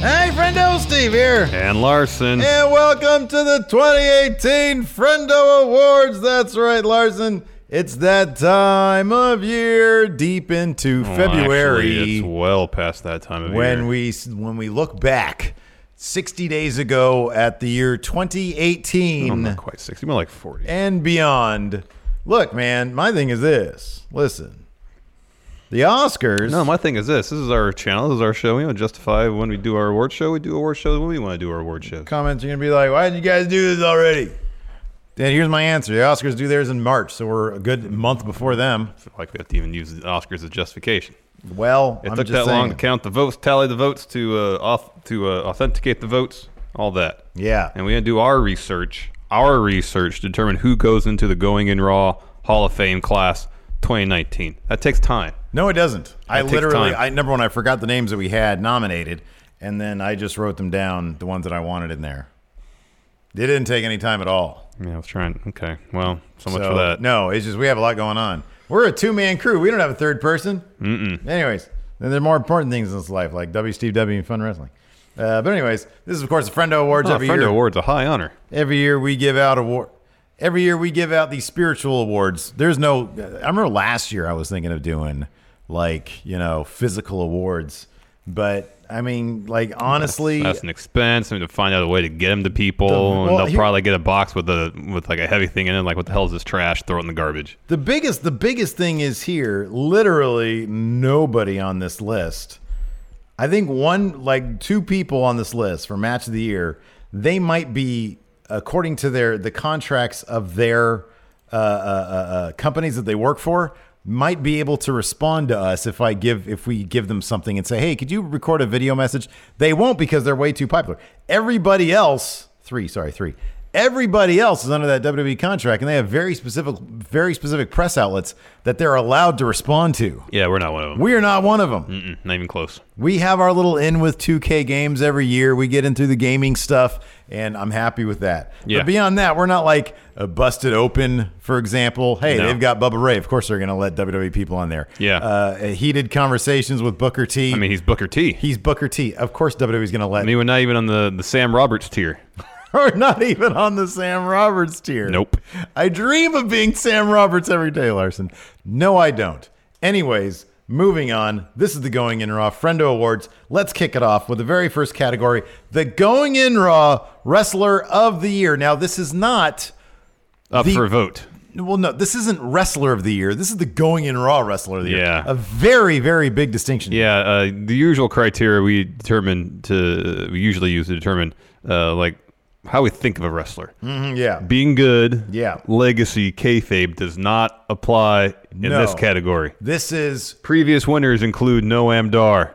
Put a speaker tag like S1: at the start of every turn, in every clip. S1: Hey, friendo, Steve here.
S2: And Larson.
S1: And welcome to the 2018 Friendo Awards. That's right, Larson. It's that time of year, deep into
S2: Well,
S1: February,
S2: Oh, actually, it's well past that time of
S1: when
S2: year.
S1: we when we look back 60 days ago at the year
S2: Oh,
S1: 2018
S2: not quite 60, more like 40.
S1: and beyond. Look, man, my thing is this. Listen, the Oscars.
S2: no, my thing is this. This is our channel. This is our show. We don't justify when we do our award show. We do award shows when we want to do our award shows.
S1: comments are going to be like, why didn't you guys do this already? Then here's my answer. The Oscars do theirs in March, so we're a good month before them.
S2: Like we have to even use the Oscars as justification.
S1: Well,
S2: It
S1: I'm
S2: took
S1: just
S2: that long to
S1: saying.
S2: count the votes, tally the votes, to uh, auth- to uh, authenticate the votes, all that.
S1: Yeah.
S2: And we had to do our research, our research to determine who goes into the Going in Raw Hall of Fame class 2019. That takes time.
S1: No, it doesn't. I
S2: takes
S1: literally,
S2: time.
S1: I number one, I forgot the names that we had nominated, and then I just wrote them down, the ones that I wanted in there. It didn't take any time at all.
S2: Yeah, I was trying. Okay, well, so much
S1: So,
S2: for that.
S1: No, it's just we have a lot going on. We're a two man crew. We don't have a third person. Mm-mm. Anyways, then there are more important things in this life, like W. Steve W. and Fun Wrestling. Uh, but anyways, this is of course the Friendo Awards
S2: Oh,
S1: every
S2: Friend
S1: year.
S2: Award's a high honor.
S1: Every year we give out award. Every year we give out these spiritual awards. There's no. I remember last year I was thinking of doing like you know physical awards, but I mean like honestly,
S2: That's an expense. I mean, to find out a way to get them to people, and
S1: well,
S2: they'll
S1: here-
S2: probably get a box with a with like a heavy thing in it. Like, what the hell is this trash? Throw it in the garbage.
S1: the biggest the biggest thing is here. Literally nobody on this list. I think one like two people on this list for match of the year. They might be according to their the contracts of their uh, uh, uh, uh, companies that they work for might be able to respond to us if I give if we give them something and say, "Hey, could you record a video message?" They won't because they're way too popular. Everybody else, 3, sorry, 3. Everybody else is under that WWE contract and they have very specific very specific press outlets that they're allowed to respond to.
S2: Yeah, we're not one of them.
S1: We are not one of them.
S2: Mm-mm, not even close.
S1: We have our little in with 2K games every year. We get into the gaming stuff, and I'm happy with that.
S2: Yeah.
S1: But beyond that, we're not like a busted open, for example. Hey,
S2: No.
S1: they've got Bubba Ray. Of course, they're going to let WWE people on there.
S2: Yeah.
S1: Uh, heated conversations with Booker T.
S2: I mean, he's Booker T.
S1: he's Booker T. Of course, WWE's going to let.
S2: I mean, we're not even on the, the Sam Roberts tier.
S1: we're not even on the Sam Roberts tier.
S2: Nope.
S1: I dream of being Sam Roberts every day, Larson. No, I don't. Anyways, moving on. This is the Going In Raw Friendo Awards. Let's kick it off with the very first category the Going In Raw Wrestler of the Year. Now, this is not.
S2: Up
S1: The-
S2: for a vote.
S1: Well, no, this isn't Wrestler of the Year. This is the Going In Raw Wrestler of the Year.
S2: Yeah.
S1: A very, very big distinction.
S2: Yeah, uh, the usual criteria we determine to we usually use to determine uh, like how we think of a wrestler.
S1: Mhm, yeah.
S2: Being good,
S1: Yeah.
S2: legacy, kayfabe does not apply in
S1: No.
S2: this category.
S1: This is
S2: Previous winners include Noam Dar,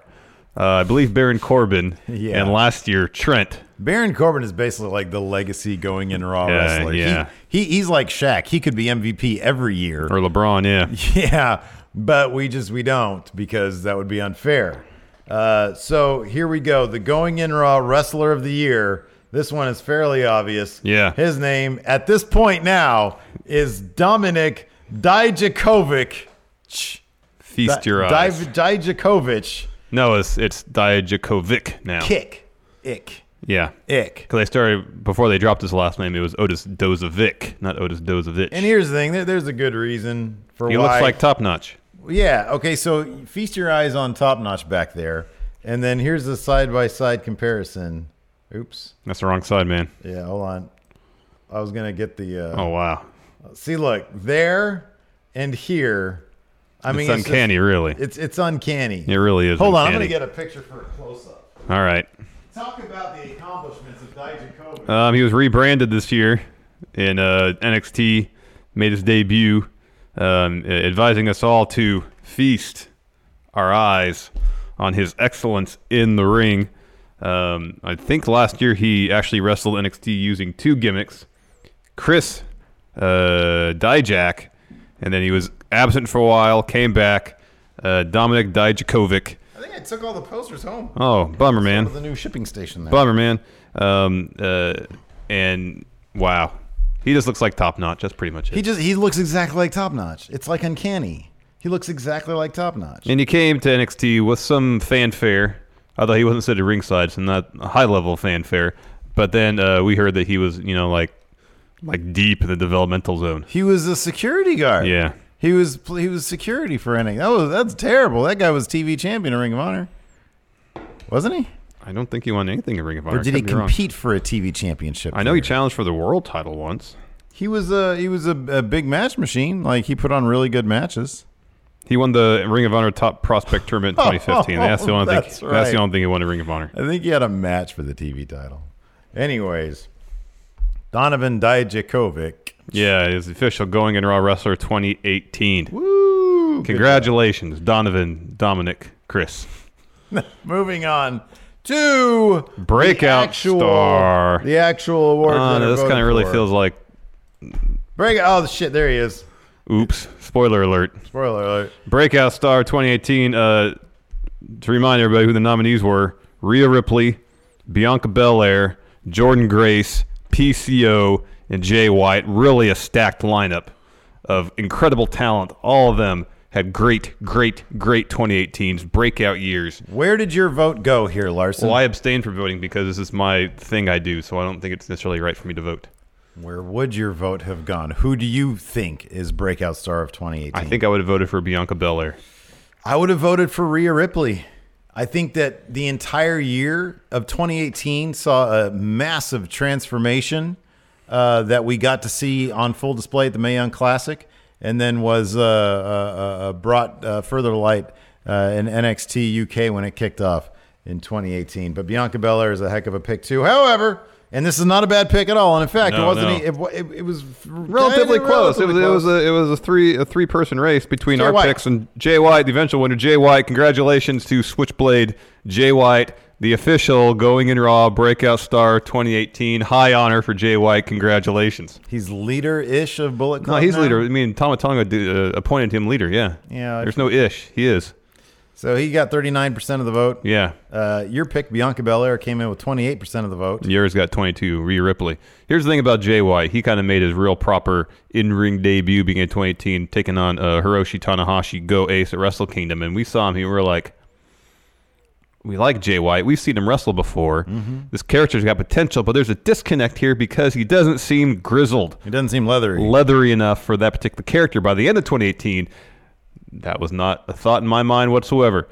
S2: uh, I believe Baron Corbin,
S1: Yeah.
S2: and last year Trent.
S1: Baron Corbin is basically like the legacy going in Raw
S2: Yeah,
S1: wrestler. He-
S2: yeah.
S1: He, he's like Shaq. He could be MVP every year.
S2: Or LeBron, yeah.
S1: Yeah, but we just we don't because that would be unfair. Uh, so here we go. The going in raw wrestler of the year. This one is fairly obvious.
S2: Yeah.
S1: His name at this point now is Dominic Dijakovic.
S2: Feast your eyes.
S1: Dijakovic.
S2: no, it's it's Dijakovic now.
S1: Kick. Ick.
S2: Yeah.
S1: Ick.
S2: Because they started before they dropped his last name, it was Otis Dozovic, not Otis Dozovich.
S1: And here's the thing. There, there's a good reason for
S2: he
S1: why.
S2: looks like top notch.
S1: Yeah. Okay. So feast your eyes on top notch back there, and then here's the side by side comparison. Oops.
S2: That's the wrong side, man.
S1: Yeah. Hold on. I was gonna get the. Uh,
S2: Oh wow,
S1: See, look there and here. I mean,
S2: it's uncanny, really.
S1: It's, just, it's it's uncanny.
S2: it really is.
S1: Hold on. I'm
S2: uncanny.
S1: gonna get a picture for a close up.
S2: All right.
S1: Talk about the accomplishments of Dijakovic.
S2: uh, Um, he was rebranded this year in uh, NXT, made his debut. um, advising us all to feast our eyes on his excellence in the ring. Um, I think last year he actually wrestled NXT using two gimmicks. Chris uh, Dijak, and then he was absent for a while, came back. Uh, Dominic Dijakovic.
S1: I think I took all the posters home.
S2: Oh, bummer, man.
S1: With the new shipping station there.
S2: Bummer, man. Um, uh, and wow, he just looks like top notch. That's pretty much it.
S1: he just he looks exactly like Top Notch. It's like uncanny. He looks exactly like Top Notch.
S2: and he came to NXT with some fanfare, although he wasn't sitting ringside, so not a high level fanfare. But then uh, we heard that he was, you know, like like deep in the developmental zone.
S1: He was a security guard.
S2: Yeah.
S1: He was pl- he was security for NXT. That was that's terrible. That guy was TV champion in Ring of Honor, wasn't he?
S2: I don't think he won anything in Ring of Honor.
S1: Or did he
S2: Could be wrong.
S1: compete for a TV championship?
S2: I know he
S1: there?
S2: challenged for the world title once.
S1: He was a he was a, a big match machine. Like he put on really good matches.
S2: He won the Ring of Honor Top Prospect Tournament in 2015. that's the only thing.
S1: That's
S2: That's,
S1: right.
S2: the only thing he won in Ring of Honor.
S1: I think he had a match for the TV title. Anyways, Donovan Dijakovic.
S2: Yeah, he's the official Going in Raw Wrestler 2018.
S1: Woo! Good
S2: Congratulations, Donovan, Dominic, Chris.
S1: Moving on to
S2: Breakout
S1: the actual,
S2: star.
S1: The actual award.
S2: Uh, this kind of really feels like,
S1: Break. Oh shit! There he is.
S2: oops, spoiler alert.
S1: Spoiler alert.
S2: Breakout Star 2018. Uh, to remind everybody who the nominees were: Rhea Ripley, Bianca Belair, Jordan Grace, PCO, and Jay White. Really a stacked lineup of incredible talent. All of them had great, great, great 2018s breakout years.
S1: Where did your vote go here, Larson?
S2: Well, I abstained from voting because this is my thing I do, so I don't think it's necessarily right for me to vote.
S1: Where would your vote have gone? Who do you think is breakout star of 2018?
S2: I think I would have voted for Bianca Belair.
S1: I would have voted for Rhea Ripley. I think that the entire year of 2018 saw a massive transformation uh, that we got to see on full display at the Mae Young Classic, and then was uh, uh, uh, uh, brought uh, further to light uh, in NXT UK when it kicked off in 2018. But Bianca Belair is a heck of a pick too. However, and this is not a bad pick at all. And in fact, it
S2: No,
S1: wasn't.
S2: no.
S1: e- It, wa- it, it was
S2: relatively close.
S1: relatively
S2: it, was,
S1: close.
S2: It, was a, it was a three a three person race between
S1: Jay
S2: our
S1: White.
S2: picks and Jay White, the eventual winner. Jay White, congratulations to Switchblade Jay White, the official going in Raw Breakout Star 2018. High honor for Jay White. Congratulations.
S1: He's leader ish of Bullet
S2: No,
S1: Club.
S2: he's
S1: now.
S2: leader. I mean, Tomatonga did, uh, appointed him leader. Yeah.
S1: Yeah, I-
S2: There's no ish. He is.
S1: So he got 39% of the vote.
S2: Yeah.
S1: Uh, your pick, Bianca Belair, came in with 28% of the vote.
S2: Yours got 22. Rhea Ripley. Here's the thing about Jay White. He kind of made his real proper in-ring debut beginning in 2018, taking on uh, Hiroshi Tanahashi, Go Ace at Wrestle Kingdom, and we saw him. He were like, we like Jay White. We've seen him wrestle before. This character's got potential, but there's a disconnect here because he doesn't seem grizzled,
S1: It doesn't seem leathery.
S2: leathery enough for that particular character. By the end of 2018, that was not a thought in my mind whatsoever.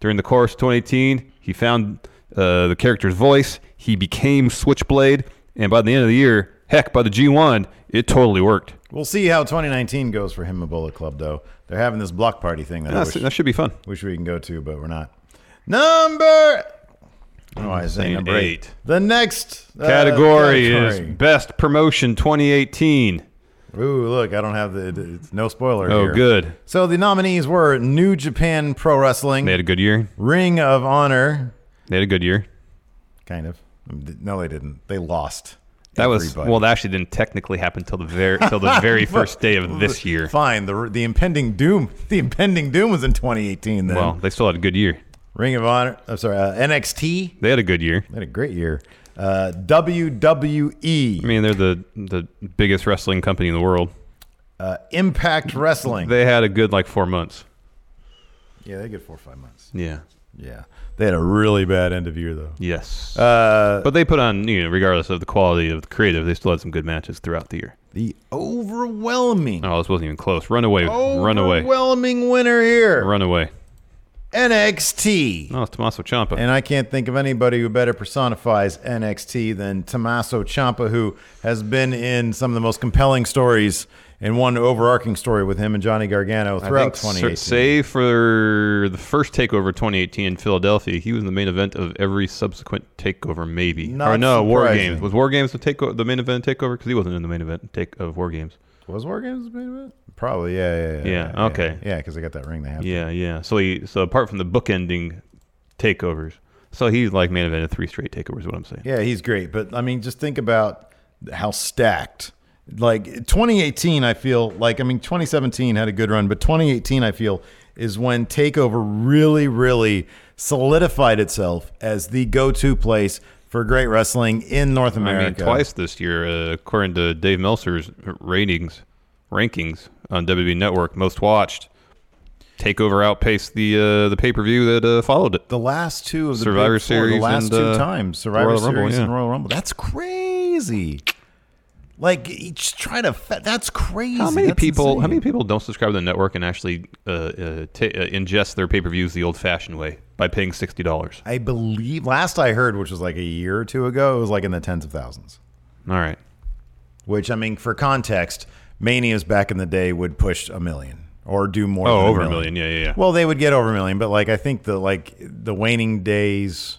S2: During the course of 2018, he found uh, the character's voice. He became Switchblade, and by the end of the year, heck, by the G1, it totally worked.
S1: we'll see how 2019 goes for him at Bullet Club, though. They're having this block party thing that I
S2: That's-
S1: wish,
S2: that should be fun.
S1: wish we can go to, but we're not. Number. Oh, I say
S2: Saying
S1: number eight.
S2: eight.
S1: The next uh,
S2: Category is
S1: category.
S2: Best Promotion 2018.
S1: Ooh, look, I don't have the. it- It's no spoiler.
S2: Oh,
S1: here.
S2: good.
S1: So the nominees were New Japan Pro Wrestling,
S2: They had a good year.
S1: Ring of Honor,
S2: They had a good year.
S1: kind of. No, they didn't. They lost.
S2: That was
S1: everybody.
S2: well. That actually didn't technically happen till the very till the very first day of this year.
S1: Fine. The the impending doom. The impending doom was in 2018. Then
S2: Well, they still had a good year.
S1: Ring of Honor. I'm sorry. Uh, NXT.
S2: They had a good year.
S1: They had a great year. Uh, E, WWE.
S2: I mean, they're the the biggest wrestling company in the world.
S1: Uh, Impact Wrestling.
S2: They had a good like four months.
S1: yeah, they get four or five months.
S2: Yeah.
S1: Yeah, they had a really bad end of year though.
S2: Yes.
S1: Uh,
S2: but they put on, you know, regardless of the quality of the creative, they still had some good matches throughout the year.
S1: the overwhelming,
S2: Oh, this wasn't even close. Runaway, runaway,
S1: overwhelming winner here.
S2: runaway.
S1: NXT.
S2: No, it's Tommaso Ciampa.
S1: And I can't think of anybody who better personifies NXT than Tommaso Ciampa, who has been in some of the most compelling stories and one overarching story with him and Johnny Gargano
S2: I
S1: throughout
S2: think,
S1: 2018.
S2: save for the first takeover 2018 in Philadelphia, he was the main event of every subsequent takeover, maybe.
S1: Not
S2: or no, War
S1: surprising.
S2: Games was War Games the take the main event takeover because he wasn't in the main event take of War Games.
S1: Was War Games the main event? Probably, yeah, yeah, yeah.
S2: Yeah, okay.
S1: Yeah, because I got that ring they have.
S2: Yeah, yeah. So he so apart from the bookending takeovers, so he's like main evented three straight takeovers. Is what I'm saying.
S1: Yeah, he's great. But I mean, just think about how stacked. Like 2018, I feel like, I mean, 2017 had a good run, but 2018, I feel, is when TakeOver really, really solidified itself as the go to place for great wrestling in North America.
S2: I mean, twice this year, uh, according to Dave Meltzer's ratings rankings on WWE Network, most watched. Takeover outpaced the uh, the pay per view that uh, followed it.
S1: The last two of the
S2: Survivor
S1: big four, the
S2: Series
S1: last
S2: and,
S1: two
S2: uh,
S1: times, Survivor
S2: Royal
S1: Series
S2: Rumble, yeah.
S1: and Royal Rumble. That's crazy. Like, each try to, fe- that's crazy.
S2: How many
S1: That's
S2: people? How
S1: insane.
S2: many people don't subscribe to the network and actually uh, uh, ta uh, ingest their pay per views the old fashioned way by paying sixty dollars?
S1: I believe last I heard, which was like a year or two ago, it was like in the tens of thousands.
S2: All right.
S1: Which I mean, for context, Mania's back in the day would push a million or do more.
S2: Oh,
S1: than
S2: over
S1: a
S2: a million. Yeah, yeah, yeah.
S1: Well, they would get over a million, but like I think the like the waning days,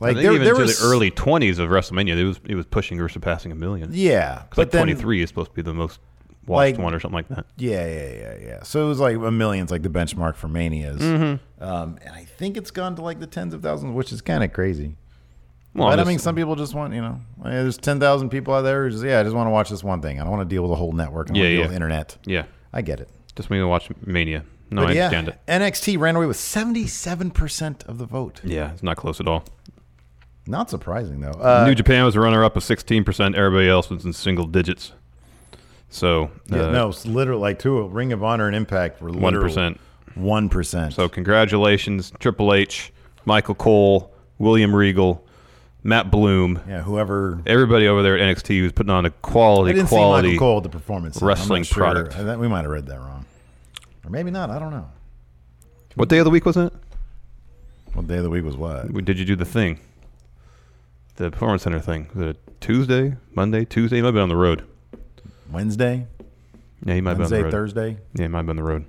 S1: like
S2: I think
S1: there,
S2: even
S1: there
S2: to
S1: was
S2: the early twenties of WrestleMania, it was it was pushing or surpassing a million.
S1: yeah,
S2: 'Cause
S1: but
S2: like
S1: then
S2: twenty three is supposed to be the most watched
S1: Like-
S2: one or something like that.
S1: Yeah, yeah, yeah, yeah. So it was like a million's like the benchmark for manias,
S2: Mm-hmm.
S1: um, and I think it's gone to like the tens of thousands, which is kind of crazy.
S2: Well,
S1: but
S2: I'm
S1: I mean,
S2: just-
S1: some people just want, you know, like, there's 10,000 people out there who just, yeah, I just want to watch this one thing. I don't want to deal with a whole network. I don't
S2: Yeah,
S1: want to deal
S2: yeah.
S1: with internet.
S2: yeah,
S1: I get it.
S2: just when you watch Mania. No,
S1: But
S2: I
S1: yeah,
S2: understand it.
S1: NXT ran away with 77% of the vote.
S2: Yeah, it's not close at all.
S1: Not surprising, though. Uh,
S2: New Japan was runner up of sixteen percent. Everybody else was in single digits. So
S1: yeah,
S2: uh,
S1: no, it's literally like two. Ring of Honor and Impact were literally
S2: 1%.
S1: 1%.
S2: So congratulations, Triple H, Michael Cole, William Regal, Matt Bloom,
S1: yeah, whoever.
S2: everybody over there at NXT who's putting on a
S1: I
S2: quality
S1: didn't see
S2: quality.
S1: Michael Cole at the performance. Center. I'm not
S2: wrestling
S1: sure.
S2: product.
S1: I think we might have read that wrong. Or maybe not. I don't know.
S2: What day of the week was it?
S1: What day of the week was what?
S2: Did you do the thing? The performance center thing. Was it Tuesday, Monday, Tuesday? You might have been on the road.
S1: Wednesday?
S2: Yeah, he might have been on
S1: Wednesday,
S2: the road.
S1: Thursday?
S2: Yeah, he might have been on the road.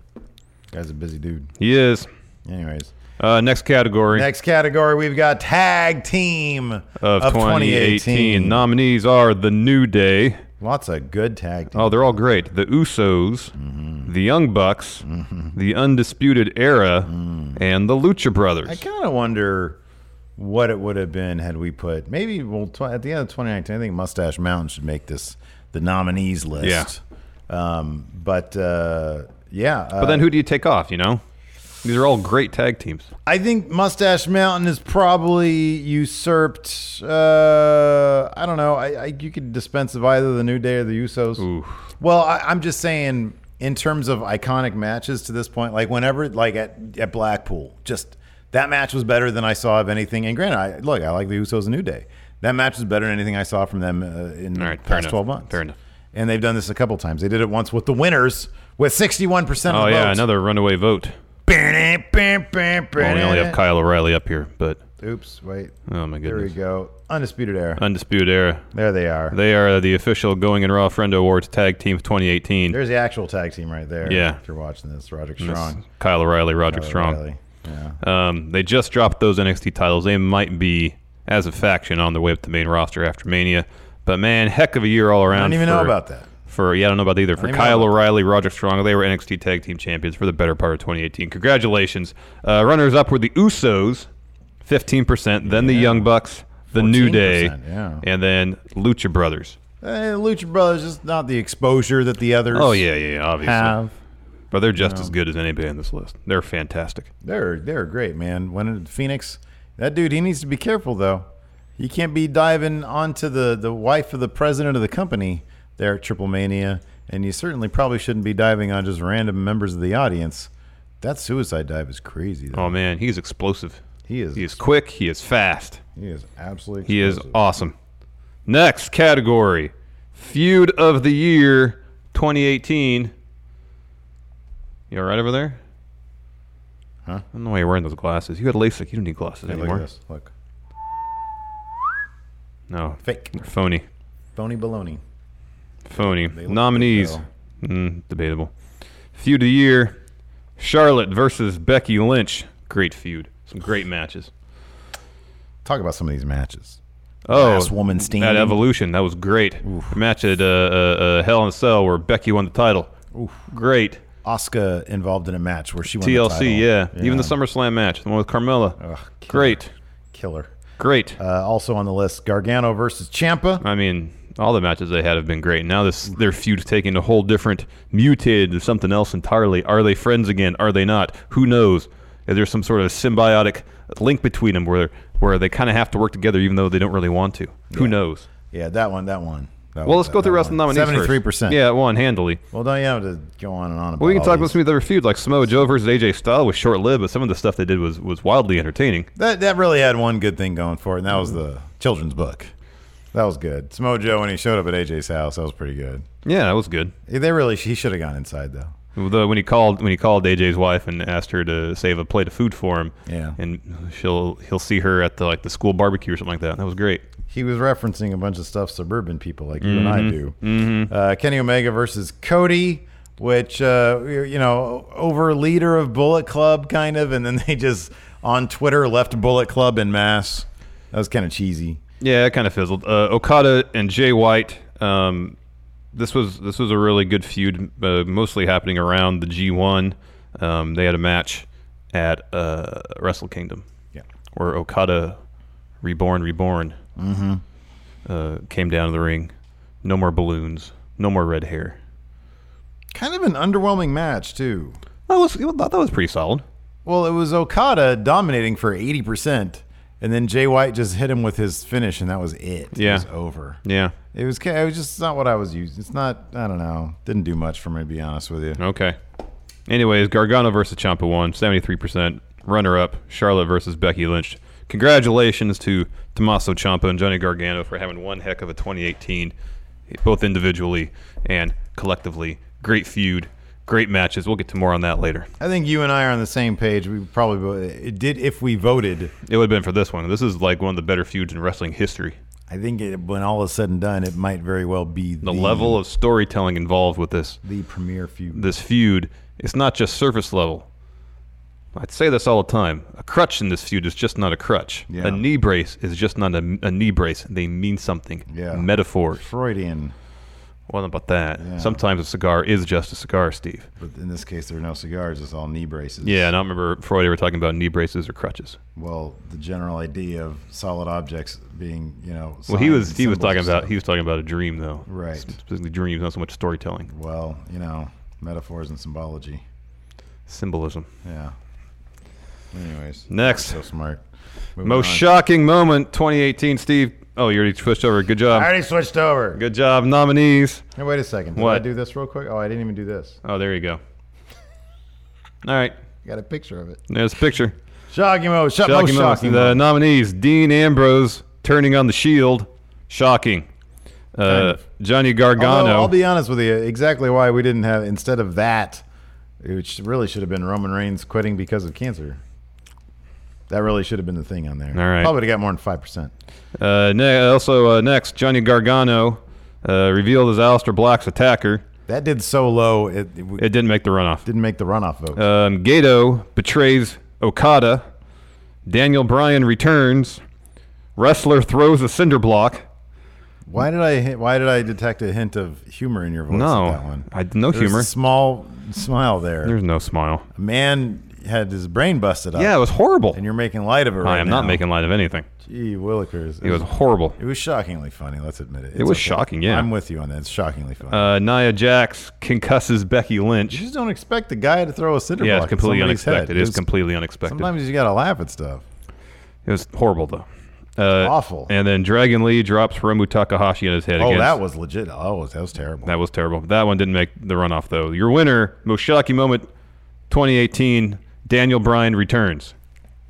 S1: Guy's a busy dude.
S2: He is.
S1: Anyways.
S2: Uh, next category
S1: Next category, we've got tag team of,
S2: of, 2018.
S1: 2018.
S2: Nominees are The New Day.
S1: Lots of good tag team.
S2: Oh, they're all great. The Usos,
S1: Mm-hmm.
S2: the Young Bucks, the Undisputed Era, and the Lucha Brothers.
S1: Mm. I kind of wonder what it would have been had we put maybe well tw- at the end of 2019. I think Mustache Mountain should make this the nominees list. Yeah. Um, but uh, yeah, uh,
S2: but then who do you take off, you know? These are all great tag teams.
S1: I think Mustache Mountain is probably usurped. Uh, I don't know. I, I you could dispense of either the New Day or the Usos. Well, I, I'm just saying in terms of iconic matches to this point, like whenever, like at at Blackpool, just that match was better than I saw of anything. And granted, I, look, I like the Usos and New Day. That match was better than anything I saw from them uh, in
S2: All right,
S1: the
S2: fair
S1: past
S2: enough.
S1: 12 months.
S2: Fair enough.
S1: And they've done this a couple times. They did it once with the winners with 61% of the
S2: Oh, yeah,
S1: votes.
S2: another runaway vote. Well, we only have Kyle O'Reilly up here, but
S1: Oops, wait.
S2: oh my
S1: There we
S2: goodness.
S1: go. Undisputed Era.
S2: Undisputed Era.
S1: there they are.
S2: They are the official Going in Raw Friend Awards Tag Team of 2018.
S1: There's the actual tag team right there.
S2: Yeah.
S1: If you're watching this, Roderick
S2: That's
S1: Strong.
S2: Kyle O'Reilly, Roderick Strong.
S1: Riley. Yeah.
S2: Um, they just dropped those NXT titles. They might be, as a faction, on their way up to the main roster after Mania. But man, heck of a year all around.
S1: I don't even
S2: for,
S1: know about that.
S2: For yeah, I don't know about that either. For
S1: even know
S2: Kyle
S1: about
S2: O'Reilly, Roger Strong, they were NXT Tag Team Champions for the better part of 2018. Congratulations, uh, runners up were the Usos, 15 percent. Then the Young Bucks, the New Day,
S1: 14%, yeah.
S2: and then Lucha Brothers.
S1: Eh, Lucha Brothers is not the exposure that the others
S2: Oh yeah, yeah, yeah, obviously.
S1: have.
S2: But they're just as good as anybody on this list. They're fantastic.
S1: They're they're great, man. When Phoenix, that dude, he needs to be careful though. He can't be diving onto the the wife of the president of the company there at Triple Mania, and you certainly probably shouldn't be diving on just random members of the audience. That suicide dive is crazy. Though.
S2: Oh man, he's explosive.
S1: he is
S2: He is quick. He is fast.
S1: he is absolutely
S2: He is
S1: explosive.
S2: awesome. Next category Feud of the Year 2018. You all right over there? Huh? I don't know why you're wearing those glasses. You had LASIK. You don't need glasses
S1: Hey, look
S2: anymore.
S1: at this. Look,
S2: No.
S1: fake
S2: They're phony.
S1: phony baloney.
S2: Phony.
S1: look
S2: Nominees.
S1: like
S2: Mm, debatable. Feud of the Year Charlotte versus Becky Lynch. Great feud. Some great matches.
S1: Talk about some of these matches.
S2: Oh,
S1: Last woman standing.
S2: At Evolution, that was great. The match at uh, uh, uh, Hell in a Cell where Becky won the title. Great.
S1: Oscar involved in a match where she won the title.
S2: TLC, yeah. Even the SummerSlam match, the one with Carmella.
S1: killer.
S2: great.
S1: Killer.
S2: Great.
S1: Uh, also on the list, Gargano versus Champa.
S2: I mean, all the matches they had have been great. Now this their feud's taking a whole different mutated to something else entirely. Are they friends again? Are they not? Who knows? Is there some sort of symbiotic link between them where where they kind of have to work together even though they don't really want to? Who knows?
S1: Yeah, that one. That one. That
S2: Well,
S1: one,
S2: let's
S1: that-
S2: go through
S1: that
S2: wrestling
S1: one.
S2: nominees. first.
S1: 73%.
S2: Yeah, one handily.
S1: Well, don't you have to go on and on about
S2: Well, we can
S1: all
S2: talk
S1: these.
S2: about some of the other feuds, like Samoa Joe versus AJ Styles was short lived, but some of the stuff they did was, was wildly entertaining.
S1: That that really had one good thing going for it, and that was the children's book. That was good. Samoa Joe when he showed up at AJ's house, that was pretty good.
S2: Yeah, that was good.
S1: They really he should have gone inside though.
S2: The, when he called when he called AJ's wife and asked her to save a plate of food for him,
S1: Yeah.
S2: and she'll he'll see her at the like the school barbecue or something like that. That was great.
S1: He was referencing a bunch of stuff suburban people like you and I do. Uh, Kenny Omega versus Cody, which uh, you know over leader of Bullet Club kind of, and then they just on Twitter left Bullet Club in mass. That was kind of cheesy.
S2: Yeah, it kind of fizzled. Uh, Okada and Jay White. Um, this was this was a really good feud, uh, mostly happening around the G1. Um, they had a match at uh, Wrestle Kingdom.
S1: Yeah.
S2: where Okada, reborn, reborn, Mm-hmm. uh, came down to the ring. No more balloons. No more red hair.
S1: Kind of an underwhelming match too.
S2: That was I thought that was pretty solid.
S1: Well, it was Okada dominating for 80%, and then Jay White just hit him with his finish, and that was it. It
S2: Yeah.
S1: was over.
S2: Yeah.
S1: It was, ca- it was just not what I was used. It's not, I don't know. Didn't do much for me, to be honest with you.
S2: Okay. Anyways, Gargano versus Ciampa won, 73%. Runner up, Charlotte versus Becky Lynch. Congratulations to Tommaso Ciampa and Johnny Gargano for having one heck of a 2018, both individually and collectively. Great feud, great matches. We'll get to more on that later.
S1: I think you and I are on the same page. We probably vo- it did if we voted.
S2: It would have been for this one. This is like one of the better feuds in wrestling history.
S1: I think it, when all is said and done, it might very well be the,
S2: the level of storytelling involved with this
S1: the premier feud.
S2: this feud it's not just surface level i'd say this all the time a crutch in this feud is just not a crutch
S1: Yeah.
S2: a knee brace is just not a, a knee brace they mean something
S1: Yeah.
S2: metaphors
S1: Freudian,
S2: what about that sometimes a cigar is just a cigar steve
S1: but in this case, there are no cigars. It's all knee braces.
S2: yeah and i remember freud ever talking about knee braces or crutches
S1: Well, the general idea of solid objects being, you know.
S2: well he
S1: signs
S2: was
S1: and
S2: he
S1: symbols
S2: was
S1: and
S2: talking about
S1: stuff.
S2: he was talking about a dream though
S1: Right.
S2: specifically dreams not so much storytelling
S1: Well, you know, metaphors and symbology.
S2: symbolism
S1: Yeah. Anyways,
S2: next
S1: so smart. Moving
S2: most
S1: on.
S2: shocking moment 2018 steve oh you already switched over good job
S1: I already switched over.
S2: Good job, nominees.
S1: Hey, wait a second. Did I
S2: What?
S1: do this real quick? Oh, I didn't even do this.
S2: Oh, there you go. All right,
S1: I got a picture of it.
S2: there's a picture.
S1: Shocking moment. Shock,
S2: Shocking
S1: most
S2: moments.
S1: shocking
S2: The
S1: moment.
S2: nominees: Dean Ambrose turning on the Shield, shocking. Uh,
S1: of.
S2: Johnny
S1: Although,
S2: Gargano.
S1: I'll be honest with you. Exactly why we didn't have instead of that, which really should have been Roman Reigns quitting because of cancer. That really should have been the thing on there.
S2: All right.
S1: Probably would have got more than five percent.
S2: uh, ne- also uh, next, Johnny Gargano uh, revealed as Aleister Black's attacker.
S1: That did so low. It, it w-
S2: It didn't make the runoff.
S1: didn't make the runoff vote.
S2: Um, Gato betrays Okada. Daniel Bryan returns. Wrestler throws a cinder block.
S1: Why did I? hi- Why did I detect a hint of humor in your voice?
S2: No,
S1: at that one.
S2: I- no
S1: There was
S2: humor.
S1: A small smile there.
S2: There's no smile.
S1: a man had his brain busted up.
S2: Yeah, it was horrible.
S1: and you're making light of it. Right
S2: I am not
S1: now.
S2: making light of anything.
S1: Gee, Willikers.
S2: It was horrible.
S1: It was shockingly funny. Let's admit it. It's
S2: was shocking, yeah.
S1: I'm with you on that. It's shockingly funny.
S2: Uh, Nia Jax concusses Becky
S1: you
S2: Lynch.
S1: just don't expect the guy to throw a cinder
S2: Yeah,
S1: block
S2: it's completely
S1: at somebody's
S2: unexpected.
S1: Head.
S2: It is
S1: It's-
S2: completely unexpected.
S1: Sometimes you gotta laugh at stuff.
S2: It was horrible though. Uh,
S1: awful.
S2: And then Dragon Lee drops Romu Takahashi on his head.
S1: Oh,
S2: against,
S1: that was legit. Oh, that was terrible.
S2: that was terrible. That one didn't make the runoff though. Your winner, most shocking moment, 2018. Daniel Bryan returns.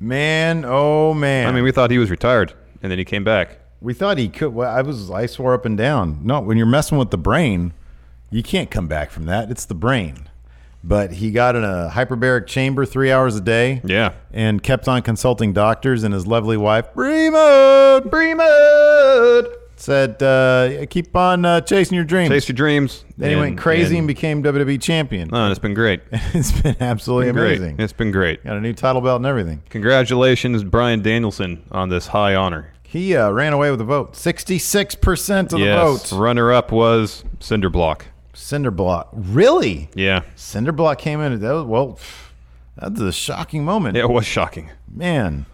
S1: man, oh man.
S2: I mean, we thought he was retired, and then he came back.
S1: We thought he could. Well, I was. I swore up and down. No, when you're messing with the brain, you can't come back from that. It's the brain. But he got in a hyperbaric chamber three hours a day.
S2: Yeah.
S1: And kept on consulting doctors and his lovely wife, Bremer. Bremer said, uh, "Keep on uh, chasing your dreams."
S2: Chase your dreams.
S1: then he
S2: and-
S1: went crazy and,
S2: And,
S1: became WWE champion.
S2: oh, and it's been great.
S1: it's been absolutely amazing.
S2: Great. It's been great.
S1: Got a new title belt and everything.
S2: Congratulations, Brian Danielson, on this high honor.
S1: He uh, ran away with the vote. 66% of the
S2: yes.
S1: vote.
S2: Runner up was Cinderblock.
S1: Cinderblock. Really?
S2: Yeah.
S1: Cinderblock came in. That was, well, pff, that's a shocking moment.
S2: It was shocking.
S1: Man.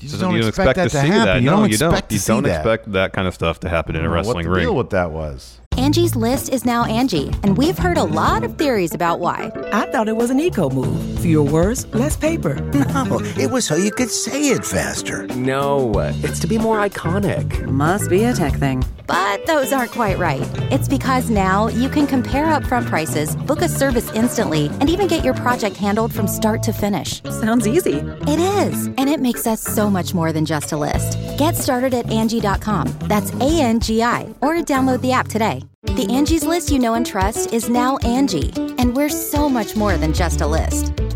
S1: You just
S2: Doesn't-
S1: don't,
S2: you
S1: expect, that to
S2: see
S1: happen.
S2: That.
S1: You
S2: no,
S1: don't
S2: you
S1: expect
S2: don't.
S1: to
S2: you
S1: see
S2: don't
S1: that.
S2: expect that kind of stuff to happen
S1: I
S2: in a
S1: don't know
S2: wrestling
S1: what the
S2: ring.
S1: deal with that was.
S3: Angie's list is now Angie, and we've heard a lot of theories about why.
S4: I thought it was an eco move. Fewer words, less paper.
S5: No, it was so you could say it faster.
S6: No, it's to be more iconic.
S7: Must be a tech thing.
S3: But those aren't quite right. It's because now you can compare upfront prices, book a service instantly, and even get your project handled from start to finish.
S7: Sounds easy.
S3: It is, and it makes us so much more than just a list. Get started at Angie.com. That's A N G I, or download the app today. The Angie's list you know and trust is now Angie, and we're so much more than just a list.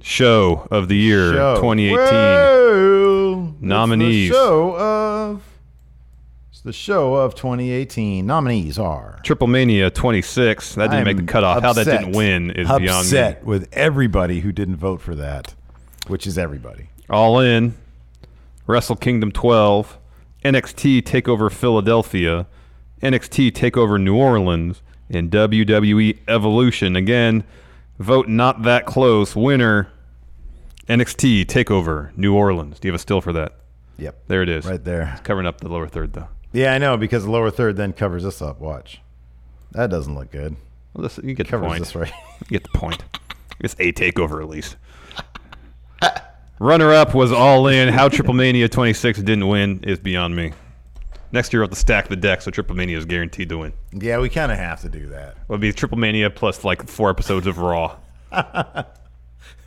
S2: Show of the year
S1: Show.
S2: 2018.
S1: Well, it's the
S2: Nominees.
S1: show of. It's the show of 2018. Nominees are.
S2: Triple Mania 26. That didn't
S1: I'm
S2: make the cutoff. How that
S1: upset.
S2: didn't win is
S1: upset
S2: beyond me.
S1: with everybody who didn't vote for that, which is everybody.
S2: All in, Wrestle Kingdom 12, NXT Takeover Philadelphia, NXT Takeover New Orleans, and WWE Evolution. Again, vote not that close. Winner, NXT Takeover New Orleans. Do you have a still for that?
S1: Yep.
S2: There it is.
S1: Right there.
S2: It's covering up the lower third though.
S1: Yeah, I know because the lower third then covers this up. Watch. That doesn't look good.
S2: Well, this, you get the
S1: Covers
S2: point.
S1: this right.
S2: You get the point. It's a takeover at least. Runner up was all in. How Triple Mania 26 didn't win is beyond me. Next year, we'll have to stack the deck so Triple Mania is guaranteed to win.
S1: Yeah, we kind of have to do that.
S2: It'll be Triple Mania plus like four episodes of Raw.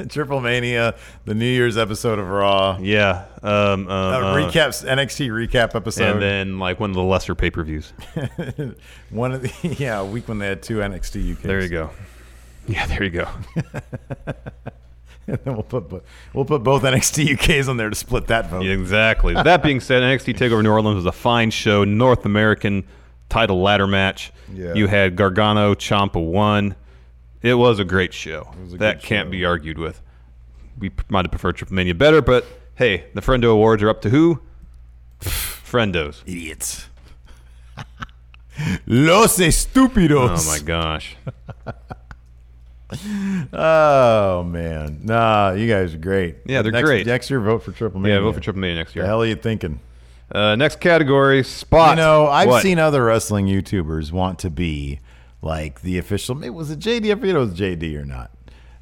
S1: Triple Mania, the New Year's episode of Raw,
S2: Yeah. Um, um,
S1: uh,
S2: uh,
S1: recaps NXT recap episode.
S2: And then like one of the lesser pay per views.
S1: one of the yeah a week when they had two NXT UK.
S2: There you go. Yeah, there you go.
S1: and then we'll put bo- we'll put both NXT UKs on there to split that vote.
S2: Yeah, Oh. exactly. That being said, NXT Takeover New Orleans was a fine show. North American title ladder match.
S1: Yeah.
S2: You had Gargano, Champa won. It was a great show.
S1: a
S2: that
S1: good
S2: can't
S1: show.
S2: be argued with. We p- might have preferred Triple Mania better, but hey, the Friendo Awards are up to who? Friendos.
S1: Idiots. Los estupidos.
S2: Oh my gosh.
S1: Oh man, nah, you guys are great.
S2: Yeah, they're
S1: next,
S2: great.
S1: Next year, vote for Triple Mania.
S2: Yeah, vote for Triple Mania next
S1: The
S2: year.
S1: hell are you thinking?
S2: Uh, next category, spot.
S1: You know, I've
S2: What?
S1: seen other wrestling YouTubers want to be like the official. It was it JD. I forget if it was JD or not.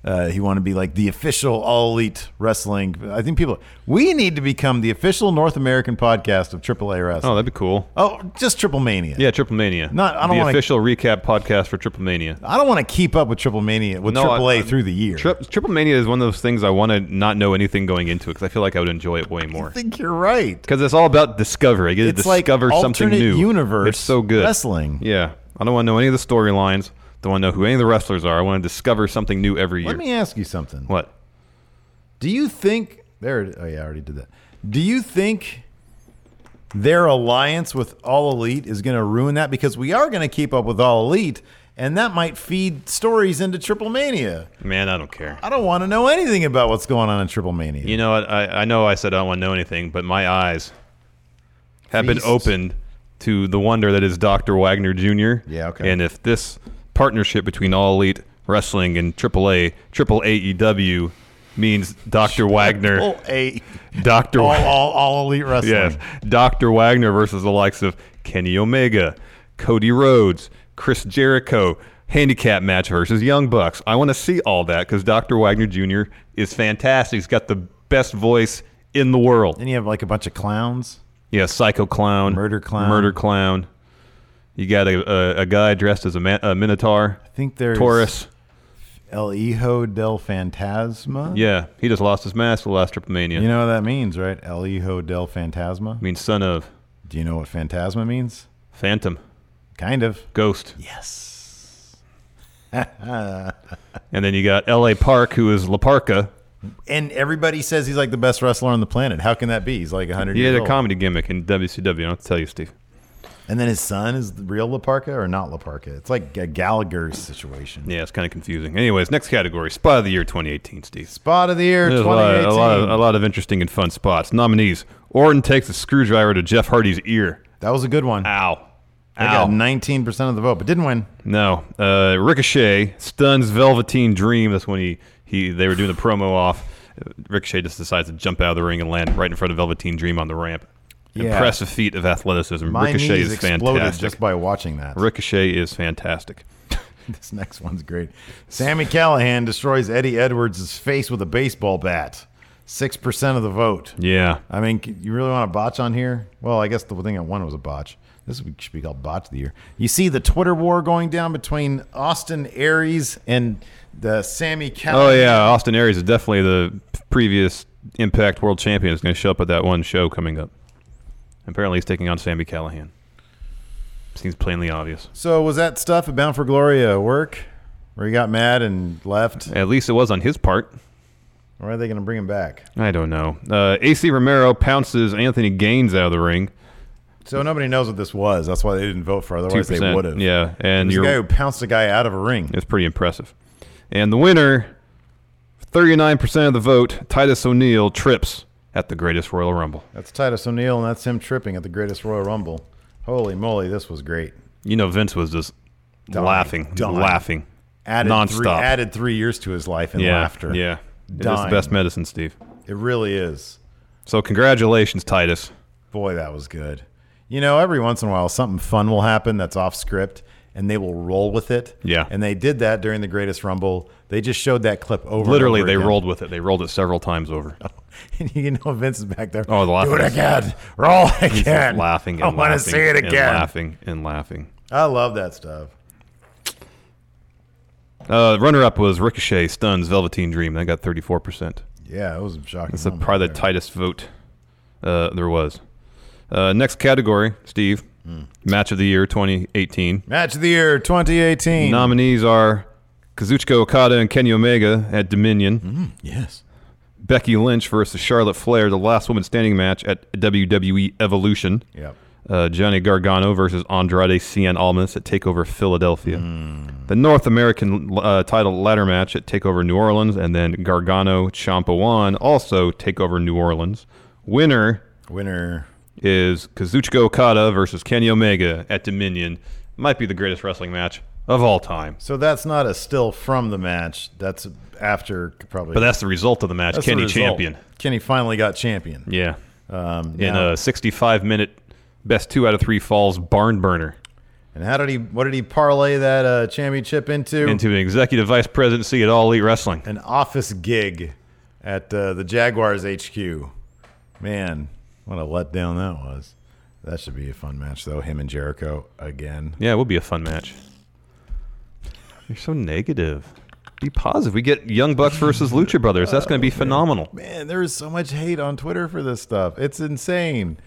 S1: Uh, he wanted to be like the official all elite wrestling. I think people. We need to become the official North American podcast of AAA
S2: Oh,
S1: wrestling.
S2: that'd be cool.
S1: Oh, just Triple Mania.
S2: Yeah, Triple Mania.
S1: Not- I don't
S2: the
S1: wanna-
S2: official recap podcast for Triple Mania.
S1: I don't want to keep up with Triple Mania with
S2: No, I-
S1: AAA
S2: I-
S1: through the year.
S2: Tri- Triple Mania is one of those things I want to not know anything going into it because I feel like I would enjoy it way
S1: I
S2: more.
S1: think you're right.
S2: Because it's all about discovery. I get
S1: It's
S2: to
S1: like
S2: discover something
S1: alternate
S2: new.
S1: universe
S2: It's so good.
S1: wrestling.
S2: Yeah. I don't want to know any of the storylines. Don't want to know who any of the wrestlers are. I want to discover something new every year.
S1: Let me ask you something.
S2: what?
S1: Do you think there? It, oh yeah, I already did that. Do you think their alliance with All Elite is going to ruin that? Because we are going to keep up with All Elite, and that might feed stories into Triple Mania.
S2: Man, I don't care.
S1: I don't want to know anything about what's going on in Triple Mania.
S2: You know what? I, I know I said I don't want to know anything, but my eyes have
S1: Feasts.
S2: been opened to the wonder that is Dr. Wagner Jr.
S1: Yeah, okay.
S2: And if this partnership between All Elite Wrestling and AAA, Triple AEW means Dr. Wagner.
S1: Triple A,
S2: Dr.
S1: all,
S2: Wagner.
S1: all, all Elite Wrestling.
S2: Yes, Dr. Wagner versus the likes of Kenny Omega, Cody Rhodes, Chris Jericho, handicap match versus Young Bucks. I want to see all that because Dr. Wagner Jr. is fantastic. He's got the best voice in the world.
S1: Then you have like a bunch of clowns.
S2: Yeah, Psycho Clown,
S1: Murder Clown.
S2: Murder Clown. You got a, a, a guy dressed as a, man, a Minotaur,
S1: I think there's
S2: Taurus.
S1: El Hijo del Fantasma.
S2: Yeah, he just lost his mask the last Triple Mania.
S1: You know what that means, right? El Hijo del Fantasma.
S2: I mean, son of.
S1: Do you know what Fantasma means?
S2: Phantom.
S1: Kind of.
S2: Ghost. Yes. and then you got L.A. Park, who is Laparca.
S1: And everybody says he's like the best wrestler on the planet. How can that be? He's like 100
S2: He
S1: years
S2: had a
S1: old.
S2: comedy gimmick in WCW. I don't have to tell you, Steve.
S1: and then his son is the real Laparca or not Laparca? It's like a Gallagher situation.
S2: Yeah, it's kind of confusing. Anyways, next category, Spot of the Year 2018, Steve.
S1: Spot of the year
S2: There's a
S1: 2018.
S2: lot, a, lot, a lot of interesting and fun spots. Nominees Orton takes a screwdriver to Jeff Hardy's ear.
S1: that was a good one.
S2: Ow.
S1: I got 19% of the vote, but didn't win.
S2: No, uh, Ricochet stuns Velveteen Dream. That's when he, he they were doing the promo off. Ricochet just decides to jump out of the ring and land right in front of Velveteen Dream on the ramp.
S1: Yeah.
S2: Impressive feat of athleticism.
S1: My
S2: Ricochet
S1: knees
S2: is
S1: exploded
S2: fantastic.
S1: just by watching that.
S2: Ricochet is fantastic.
S1: This next one's great. Sammy Callahan destroys Eddie Edwards' face with a baseball bat. 6% of the vote.
S2: Yeah.
S1: I mean, c- you really want a botch on here? Well, I guess the thing that won was a botch. This would- should be called botch of the year. You see the Twitter war going down between Austin Aries and the Sammy
S2: Oh
S1: Callahan.
S2: yeah, Austin Aries is definitely the previous Impact World Champion. Is going to show up at that one show coming up. Apparently, he's taking on Sammy Callahan. Seems plainly obvious.
S1: So was that stuff at Bound for Glory uh, work? Where he got mad and left?
S2: At least it was on his part.
S1: Or are they going to bring him back?
S2: I don't know. Uh, AC Romero pounces Anthony Gaines out of the ring.
S1: So nobody knows what this was. That's why they didn't vote for it.
S2: Two
S1: Otherwise, they would have.
S2: percent. Yeah, and
S1: There's a
S2: you're,
S1: guy who pounced a guy out of a ring.
S2: it's pretty impressive. And the winner, thirty-nine percent of the vote, Titus O'Neil trips at the Greatest Royal Rumble.
S1: That's Titus O'Neil, and that's him tripping at the Greatest Royal Rumble. Holy moly, this was great.
S2: You know, Vince was just
S1: Dying,
S2: laughing,
S1: dying.
S2: laughing,
S1: Added
S2: nonstop.
S1: Three, added three years to his life in
S2: yeah,
S1: laughter.
S2: Yeah. It is the
S1: Dying.
S2: best medicine, Steve.
S1: It really is.
S2: So congratulations, Titus.
S1: Boy, that was good. You know, every once in a while, something fun will happen that's off script, and they will roll with it.
S2: Yeah.
S1: And they did that during the Greatest Rumble. They just showed that clip over. and
S2: Literally,
S1: over
S2: they
S1: again.
S2: rolled with it. They rolled it several times over.
S1: And you know, Vince is back there.
S2: Oh, the laugh
S1: Do it
S2: is-
S1: again. Roll
S2: He's
S1: again.
S2: just laughing and
S1: I
S2: want to
S1: see it
S2: And
S1: again.
S2: laughing and laughing.
S1: I love that stuff.
S2: Uh, runner-up was Ricochet stuns Velveteen Dream. That got 34%.
S1: Yeah, it was a shocking.
S2: That's the,
S1: moment
S2: probably the
S1: there.
S2: tightest vote uh, there was. Uh, next category, Steve. Match of the year 2018.
S1: Match of the year
S2: Hmm.
S1: 2018.
S2: Nominees are Kazuchika Okada and Kenny Omega at Dominion.
S1: yes.
S2: Becky Lynch versus Charlotte Flair, the last woman standing match at WWE Evolution.
S1: Yep.
S2: Uh, Johnny Gargano versus Andrade Cien Almas at Takeover Philadelphia.
S1: Hmm.
S2: The North American uh, title ladder match at Takeover New Orleans, and then Gargano Ciampa One also Takeover New Orleans. Winner
S1: Winner.
S2: is Kazuchika Okada versus Kenny Omega at Dominion. Might be the greatest wrestling match of all time.
S1: So that's not a still from the match. That's after probably.
S2: But that's the result of the match.
S1: that's the
S2: Kenny
S1: result.
S2: champion.
S1: Kenny finally got champion.
S2: Yeah.
S1: Um,
S2: in
S1: now-
S2: a 65 minute best two out of three falls barn burner
S1: and how did he? What did he parlay that uh, championship into?
S2: into an executive vice presidency at All Elite Wrestling.
S1: an office gig at uh, the Jaguars HQ. Man, what a letdown that was. That should be a fun match though. Him and Jericho again.
S2: Yeah, it would be a fun match. You're so negative. Be positive. We get Young Bucks versus Lucha Brothers. That's going to be phenomenal.
S1: Man, there is so much hate on Twitter for this stuff. It's insane.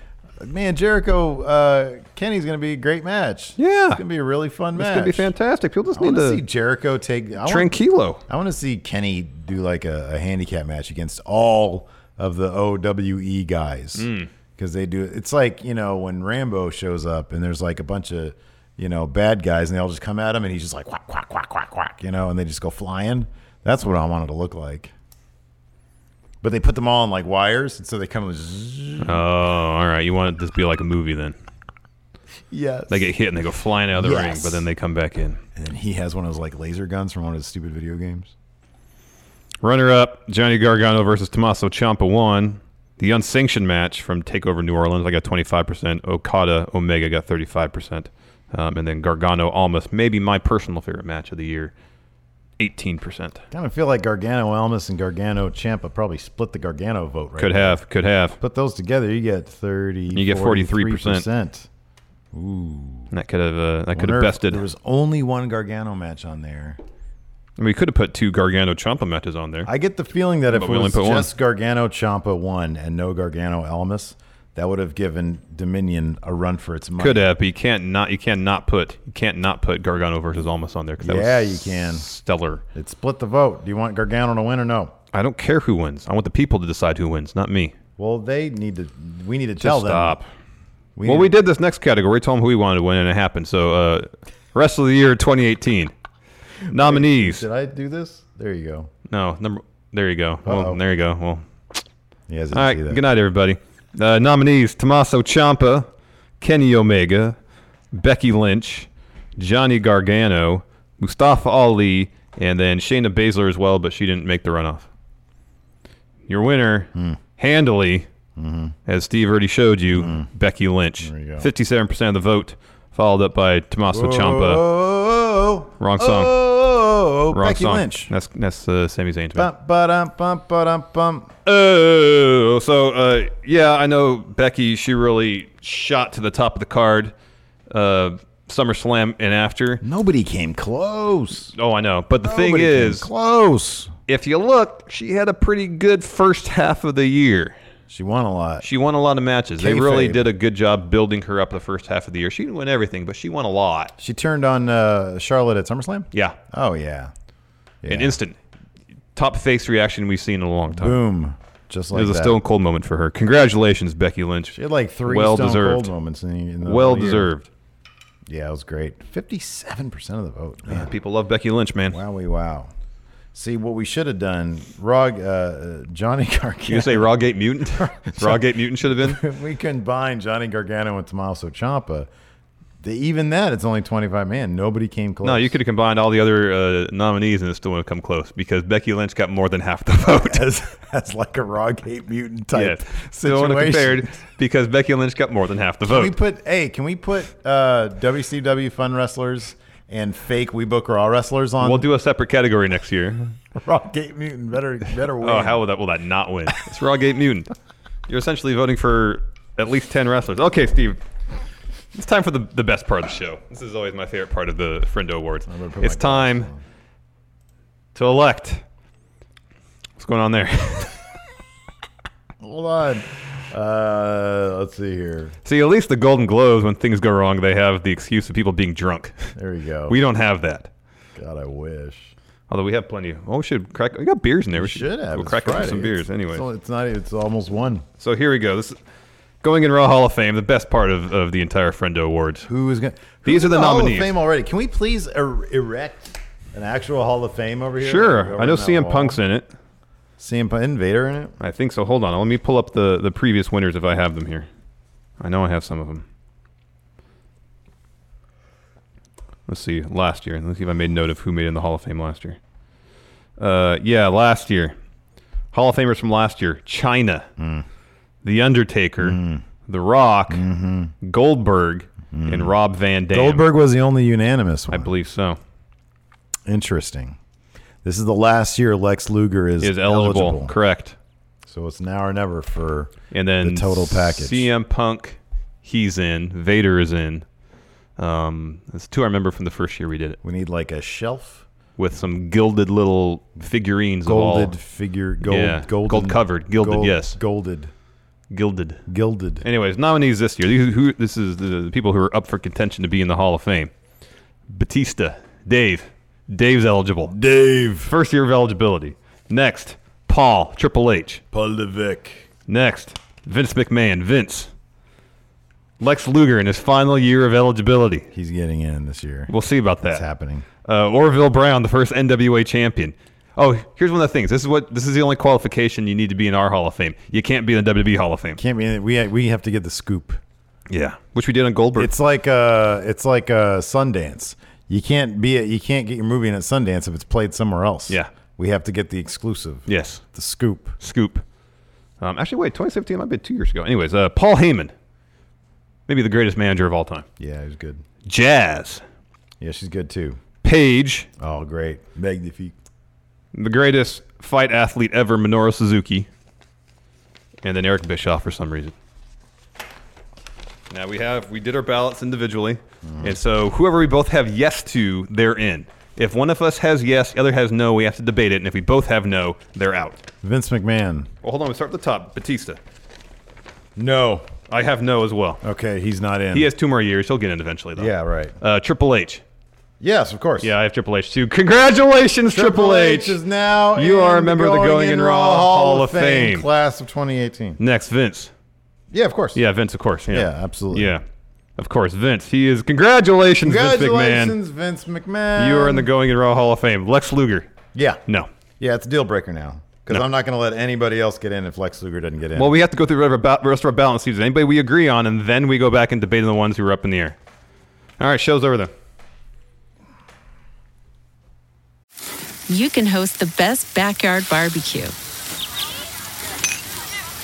S1: Man, Jericho, uh, Kenny's going to be a great match.
S2: Yeah.
S1: It's going to be a really fun
S2: It's
S1: match.
S2: going to be fantastic. People just
S1: I want
S2: need
S1: to see
S2: to
S1: Jericho take. I want,
S2: tranquilo.
S1: I want to see Kenny do like a, a handicap match against all of the OWE guys because they do. It's like you know when Rambo shows up and there's like a bunch of you know bad guys and they all just come at him and he's just like quack quack quack quack quack you know and they just go flying. That's what I wanted to look like. But they put them all on like wires, and so they come. Zzz,
S2: Oh, all right. You want this to be like a movie then?
S1: yes.
S2: They get hit and they go flying out of the ring,
S1: Yes.
S2: but then they come back in.
S1: and then he has one of those like laser guns from one of his stupid video games.
S2: Runner up Johnny Gargano versus Tommaso Ciampa won. The unsanctioned match from Takeover New Orleans, I got 25%. Okada Omega got 35%. Um, and then Gargano Almas, maybe my personal favorite match of the year, 18%.
S1: Kind of feel like Gargano Almas and Gargano Champa probably split the Gargano vote, right?
S2: Could have, could have.
S1: Put those together, you get thirty.
S2: You get 43%.
S1: 43%.
S2: And that could have, uh, that could
S1: Wonder
S2: have
S1: if
S2: bested.
S1: There was only one Gargano match on there.
S2: I mean, we could have put two Gargano Ciampa matches on there.
S1: I get the feeling that if
S2: But
S1: it
S2: we only
S1: was
S2: put one.
S1: just Gargano Champa one and no Gargano Almas, That would have given Dominion a run for its money.
S2: Could have. But you can't not. You can't not put. You can't not put Gargano versus Almas on there. 'cause that
S1: Yeah, you
S2: was
S1: can.
S2: Stellar.
S1: It split the vote. Do you want Gargano to win or no?
S2: I don't care who wins. I want the people to decide who wins, not me.
S1: Well, they need to. We need to
S2: Just
S1: tell them.
S2: stop.
S1: We
S2: well,
S1: need-
S2: we did this next category. We told them who we wanted to win, and it happened. So, uh, rest of the year 2018 nominees.
S1: Did I do this? There you go.
S2: No, number. There you go. Well,
S1: Uh-oh.
S2: there you go. Well,
S1: He hasn't
S2: all right.
S1: seen that.
S2: Good night, everybody. Uh, nominees: Tommaso Ciampa, Kenny Omega, Becky Lynch, Johnny Gargano, Mustafa Ali, and then Shayna Baszler as well, but she didn't make the runoff. Your winner,
S1: Hmm.
S2: handily, as Steve already showed you, Becky Lynch,
S1: Mm-hmm. Hmm. you go.
S2: fifty-seven percent of the vote, followed up by Tommaso Ciampa.
S1: Oh,
S2: Wrong song.
S1: Oh,
S2: Wrong
S1: Becky
S2: song.
S1: Lynch.
S2: That's that's uh, Sami Zayn's. band.
S1: Bum, ba-dum, bum, ba-dum, bum.
S2: Oh, so uh, yeah, I know Becky. She really shot to the top of the card, uh, SummerSlam and after.
S1: Nobody came close.
S2: Oh, I know. But the thing
S1: Nobody came
S2: is,
S1: close.
S2: if you look, she had a pretty good first half of the year.
S1: She won a lot.
S2: She won a lot of matches. They really
S1: Kayfabe.
S2: did a good job building her up the first half of the year. She didn't win everything, but she won a lot.
S1: She turned on uh, Charlotte at SummerSlam.
S2: Yeah,
S1: Oh yeah.
S2: an
S1: Yeah.
S2: instant top face reaction we've seen in a long time.
S1: Boom. Just like
S2: it was
S1: that.
S2: a stone cold moment for her. Congratulations, Becky Lynch.
S1: She had like three
S2: well
S1: Stone
S2: deserved.
S1: Cold moments. In the, in the
S2: Well
S1: whole year.
S2: deserved.
S1: Yeah, it was great. Fifty-seven percent of the vote. Man.
S2: People love Becky Lynch, man.
S1: Wowie wow. See what we should have done, Rog, uh, uh, Johnny
S2: You
S1: Gargano.
S2: gonna say Rawgate Mutant? Rawgate Mutant should have been.
S1: if we combine Johnny Gargano and Tommaso Ciampa, the, even that it's only twenty five man. Nobody came close.
S2: No, you could have combined all the other uh, nominees and it still wouldn't have come close because Becky Lynch got more than half the vote.
S1: as, as like a Rogate mutant type
S2: yes, still
S1: situation.
S2: wouldn't have compared because Becky Lynch got more than half the
S1: Can we
S2: vote.
S1: put hey? Can we put uh, WCW fun wrestlers and fake We Book Raw wrestlers on?
S2: We'll do a separate category next year.
S1: Rogate mutant. Better better win.
S2: Oh, how will that will that not win? It's Rawgate Mutant. You're essentially voting for at least ten wrestlers. Okay, Steve. It's time for the, the best part of the show. This is always my favorite part of the Friendo Awards.
S1: gonna put my
S2: It's time to elect. What's going on there?
S1: Hold on. Uh, let's see here.
S2: See, at least the Golden Globes, when things go wrong, they have the excuse of people being drunk.
S1: There we go.
S2: We don't have that.
S1: God, I wish.
S2: Although we have plenty. Of, oh, we should crack. We got beers in there. We
S1: Should have.
S2: We'll
S1: It's
S2: crack open
S1: Friday.
S2: some beers anyway.
S1: It's, only- it's not. It's almost one.
S2: So here we go. This is going in Raw Hall of Fame, the best part of, of the entire Friendo Awards.
S1: Who is going?
S2: These are the nominees.
S1: Hall of Fame already. Can we please er- erect an actual Hall of Fame over here? Like,
S2: Sure,
S1: over
S2: I know
S1: in that
S2: CM
S1: wall?
S2: Punk's in it.
S1: CM Punk Invader in it.
S2: I think so. Hold on. Let me pull up the the previous winners if I have them here. I know I have some of them. Let's see. Last year. Let's see if I made note of who made it in the Hall of Fame last year. Uh, yeah, last year. Hall of Famers from last year: China,
S1: Mm.
S2: The Undertaker, The Rock, Goldberg, and Rob Van Dam.
S1: Mm-hmm. Mm. Goldberg was the only unanimous
S2: I
S1: one.
S2: believe so.
S1: Interesting. This is the last year Lex Luger is,
S2: Is eligible. Correct.
S1: So it's now or never for
S2: And then
S1: the total package.
S2: CM Punk, he's in. Vader is in. Um, that's two I remember from the first year we did it
S1: we need like a shelf,
S2: with some gilded little figurines
S1: golded
S2: of
S1: figure, gold,
S2: Yeah,
S1: golden-
S2: gold-covered, gilded, yes.
S1: golded,
S2: all gilded.
S1: gilded.
S2: Anyways, nominees this year. These who this is the, the people who are up for contention to be in the Hall of Fame. Batista, Dave, Dave's eligible.
S1: Dave
S2: First year of eligibility. Next, Paul Triple H.
S1: Poldevic.
S2: Next, Vince McMahon. Vince. Lex Luger in his final year of eligibility.
S1: He's getting in this year.
S2: We'll see about
S1: It's
S2: that.
S1: happening.
S2: Uh, Orville Brown, the first NWA champion. Oh, here's one of the things. This is what this is the only qualification you need to be in our Hall of Fame. You can't be in the WWE Hall of Fame.
S1: Can't be. We we have to get the scoop.
S2: Yeah, which we did on Goldberg.
S1: It's like uh it's like uh Sundance. You can't be at, you can't get your movie in at Sundance if it's played somewhere else.
S2: Yeah.
S1: We have to get the exclusive.
S2: yes,
S1: The scoop.
S2: scoop. Um, actually, wait, 2017 might be two years ago. Anyways, uh, Paul Heyman, maybe the greatest manager of all time.
S1: Yeah, he's good.
S2: Jazz
S1: Yeah, she's good too.
S2: Page,
S1: Oh, great. Magnifique.
S2: the greatest fight athlete ever, Minoru Suzuki, and then Eric Bischoff for some reason. Now we have we did our ballots individually, and so whoever we both have yes to, they're in. If one of us has yes, the other has no, we have to debate it, and if we both have no, they're out.
S1: Vince McMahon.
S2: Well, hold on, we start at the top. Batista.
S1: No.
S2: I have no as well.
S1: Okay, he's not in.
S2: He has two more years. He'll get in eventually, though.
S1: Yeah, right.
S2: Uh, Triple H.
S1: Yes, of course.
S2: Yeah, I have Triple H too. Congratulations, Triple H.
S1: is now.
S2: You
S1: in
S2: are a member of the Going In Raw Hall of Fame.
S1: class of 2018.
S2: Next, Vince.
S1: Yeah, of course.
S2: Yeah, Vince, of course. Yeah,
S1: Yeah, absolutely.
S2: Yeah, of course, Vince. He is. Congratulations, Vince
S1: Congratulations,
S2: McMahon.
S1: Vince McMahon.
S2: You are in the Going in Raw Hall of Fame. Lex Luger.
S1: Yeah.
S2: No.
S1: Yeah, it's a deal breaker now because
S2: No.
S1: I'm not going to let anybody else get in if Lex Luger doesn't get in.
S2: Well, we have to go through whatever ba- rest of our balance season. Anybody we agree on, and then we go back and debate on the ones who are up in the air. All right, show's over then.
S8: you can host the best backyard barbecue.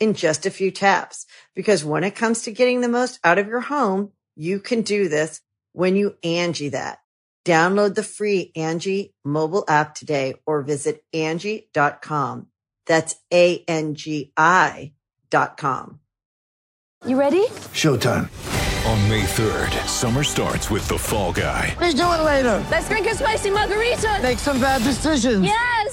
S7: in just a few taps. Because when it comes to getting the most out of your home, you can do this when you Angie that. Download the free Angie mobile app today or visit Angie.com. That's A-N-G-I dot com.
S3: You ready?
S5: Showtime.
S9: On May 3rd, summer starts with The Fall Guy.
S4: Let's do it later.
S10: Let's drink a spicy margarita.
S4: Make some bad decisions.
S10: Yes.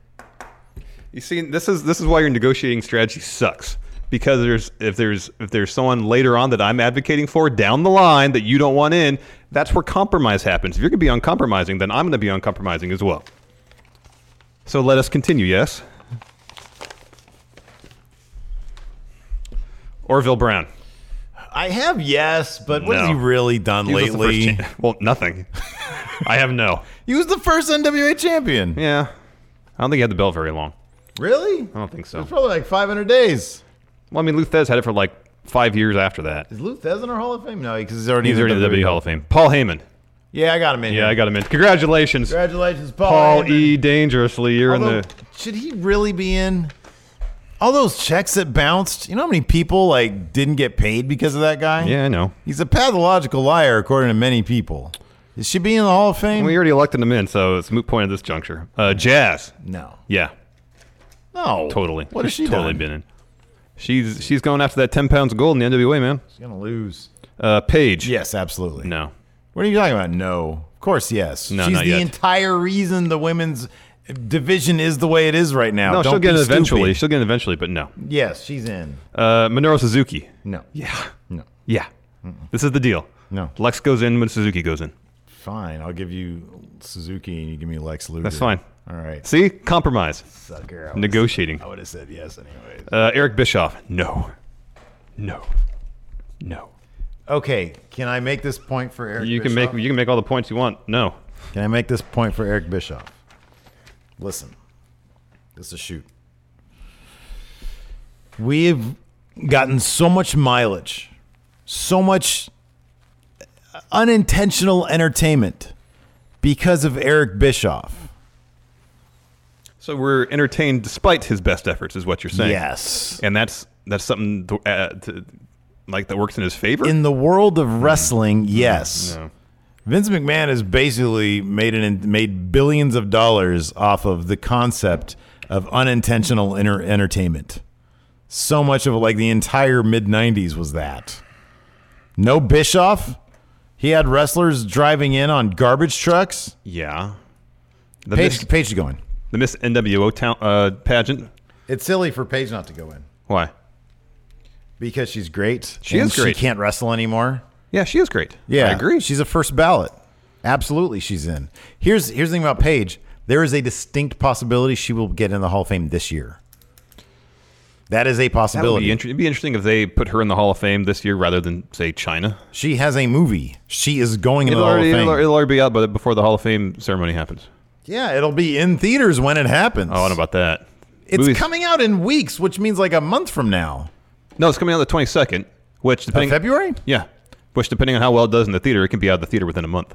S2: You see, this is this is why your negotiating strategy sucks. Because there's if there's if there's someone later on that I'm advocating for down the line that you don't want in, that's where compromise happens. If you're gonna be uncompromising, then I'm gonna be uncompromising as well. So let us continue, yes? Orville Brown.
S1: I have yes, but what has
S2: No.
S1: he really done
S2: He was the first
S1: lately?
S2: cha- well, nothing. I have no.
S1: he was the first NWA champion.
S2: Yeah. I don't think he had the belt very long.
S1: Really?
S2: I don't think so.
S1: It's probably like 500 days.
S2: Well, I mean, Luthez had it for like five years after that.
S1: Is Lou Thez in our Hall of Fame? No, because he's already
S2: He's
S1: in
S2: already in the WWE Hall of Fame. Paul Heyman.
S1: Yeah, I got him in.
S2: Yeah,
S1: here.
S2: I got him in. Congratulations,
S1: Congratulations, Paul.
S2: Paul
S1: Heyman.
S2: E. Dangerously. You're
S1: Although,
S2: in the.
S1: should he really be in? All those checks that bounced. You know how many people like didn't get paid because of that guy?
S2: Yeah, I know.
S1: He's a pathological liar, according to many people. Is she be in the Hall of Fame?
S2: We already elected him in, so it's a moot point at this juncture. Uh, Jazz.
S1: no.
S2: Yeah,
S1: No.
S2: totally.
S1: What has she
S2: totally
S1: done?
S2: been in? She's she's going after that ten pounds of gold in the NWA, man.
S1: She's gonna lose.
S2: Uh, Paige.
S1: Yes, absolutely.
S2: No.
S1: What are you talking about? No. Of course, yes.
S2: No,
S1: She's
S2: not
S1: the
S2: yet.
S1: entire reason the women's division is the way it is right now.
S2: No,
S1: Don't
S2: she'll get
S1: be
S2: in eventually.
S1: stupid.
S2: She'll get in eventually, but no.
S1: Yes, she's in.
S2: Uh, Minoru Suzuki.
S1: No.
S2: Yeah.
S1: No.
S2: Yeah. This is the deal.
S1: No.
S2: Lex goes in when Suzuki goes in.
S1: Fine. I'll give you Suzuki and you give me Lex Luger.
S2: That's fine.
S1: All right.
S2: See, compromise,
S1: Sucker. I would've-
S2: negotiating.
S1: I would have said yes anyways.
S2: Uh, Eric Bischoff. No. No. No.
S1: Okay, can I make this point for Eric
S2: You can
S1: Bischoff?
S2: make you can make all the points you want. No.
S1: Can I make this point for Eric Bischoff? Listen, this is a shoot. We've gotten so much mileage, so much unintentional entertainment because of Eric Bischoff.
S2: So we're entertained despite his best efforts, is what you're saying.
S1: Yes.
S2: And that's that's something to, uh, to, like that works in his favor.
S1: In the world of wrestling, yes. Vince McMahon has basically made an made billions of dollars off of the concept of unintentional inter- entertainment. So much of like the entire mid '90s was that. No Bischoff. He had wrestlers driving in on garbage trucks.
S2: yeah. The
S1: Page,
S2: Miss,
S1: Page is going.
S2: the Miss NWO town, uh, pageant.
S1: It's silly for Paige not to go in
S2: Why?
S1: because she's great.
S2: She
S1: and
S2: is great.
S1: She can't wrestle anymore.
S2: Yeah, she is great.
S1: Yeah,
S2: I agree.
S1: She's a first ballot. Absolutely, she's in. Here's here's the thing about Paige. There is a distinct possibility she will get in the Hall of Fame this year. That is a
S2: That would
S1: possibility.
S2: be inter- it'd be interesting if they put her in the Hall of Fame this year rather than say China.
S1: she has a movie. She is going in the
S2: It'll
S1: Hall of
S2: already,
S1: Fame.
S2: it'll, it'll already be out by the, before the Hall of Fame ceremony happens.
S1: yeah, it'll be in theaters when it happens.
S2: Oh, I don't know about that.
S1: it's
S2: Movies-
S1: coming out in weeks, which means like a month from now.
S2: No, it's coming out the 22nd, which
S1: Of
S2: depending
S1: February?
S2: Yeah, which depending on how well it does in the theater, it can be out of the theater within a month.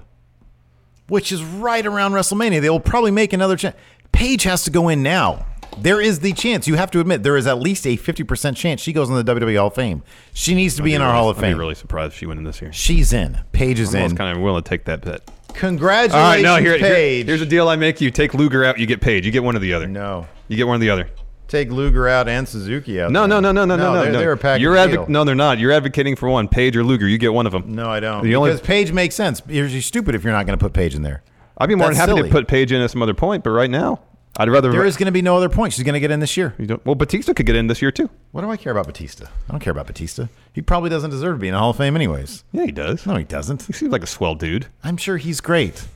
S1: Which is right around WrestleMania. They will probably make another chance. Paige has to go in now. There is the chance. You have to admit there is at least a 50% chance she goes in the WWE Hall of Fame. She needs to be in our Hall of
S2: I'd
S1: Fame.
S2: be really surprised if she went in this year.
S1: She's in. Paige is
S2: I'm
S1: in.
S2: kind of willing to take that bet.
S1: Congratulations,
S2: All right, no, here, here-
S1: Paige.
S2: here's a deal I make you: take Luger out, you get paid. You get one or the other.
S1: no.
S2: You get one or the other.
S1: Take Luger out and Suzuki out.
S2: No, no, no, no, no, no, no.
S1: They're,
S2: no.
S1: they're a package
S2: You're advo-
S1: deal.
S2: No, they're not. You're advocating for one, Page or Luger. You get one of them.
S1: No, I don't.
S2: The only-
S1: because Paige makes sense. You're, you're stupid if you're not going to put Paige in there.
S2: I'd be more than
S1: That's
S2: happy
S1: silly.
S2: to put Page in at some other point, but right now, I'd rather.
S1: There is going to be no other point. She's going to get in this year.
S2: You don't- well, Batista could get in this year too.
S1: What do I care about Batista? I don't care about Batista. He probably doesn't deserve to be in the Hall of Fame, anyways.
S2: Yeah, he does.
S1: No, he doesn't.
S2: He seems like a swell dude.
S1: I'm sure he's great.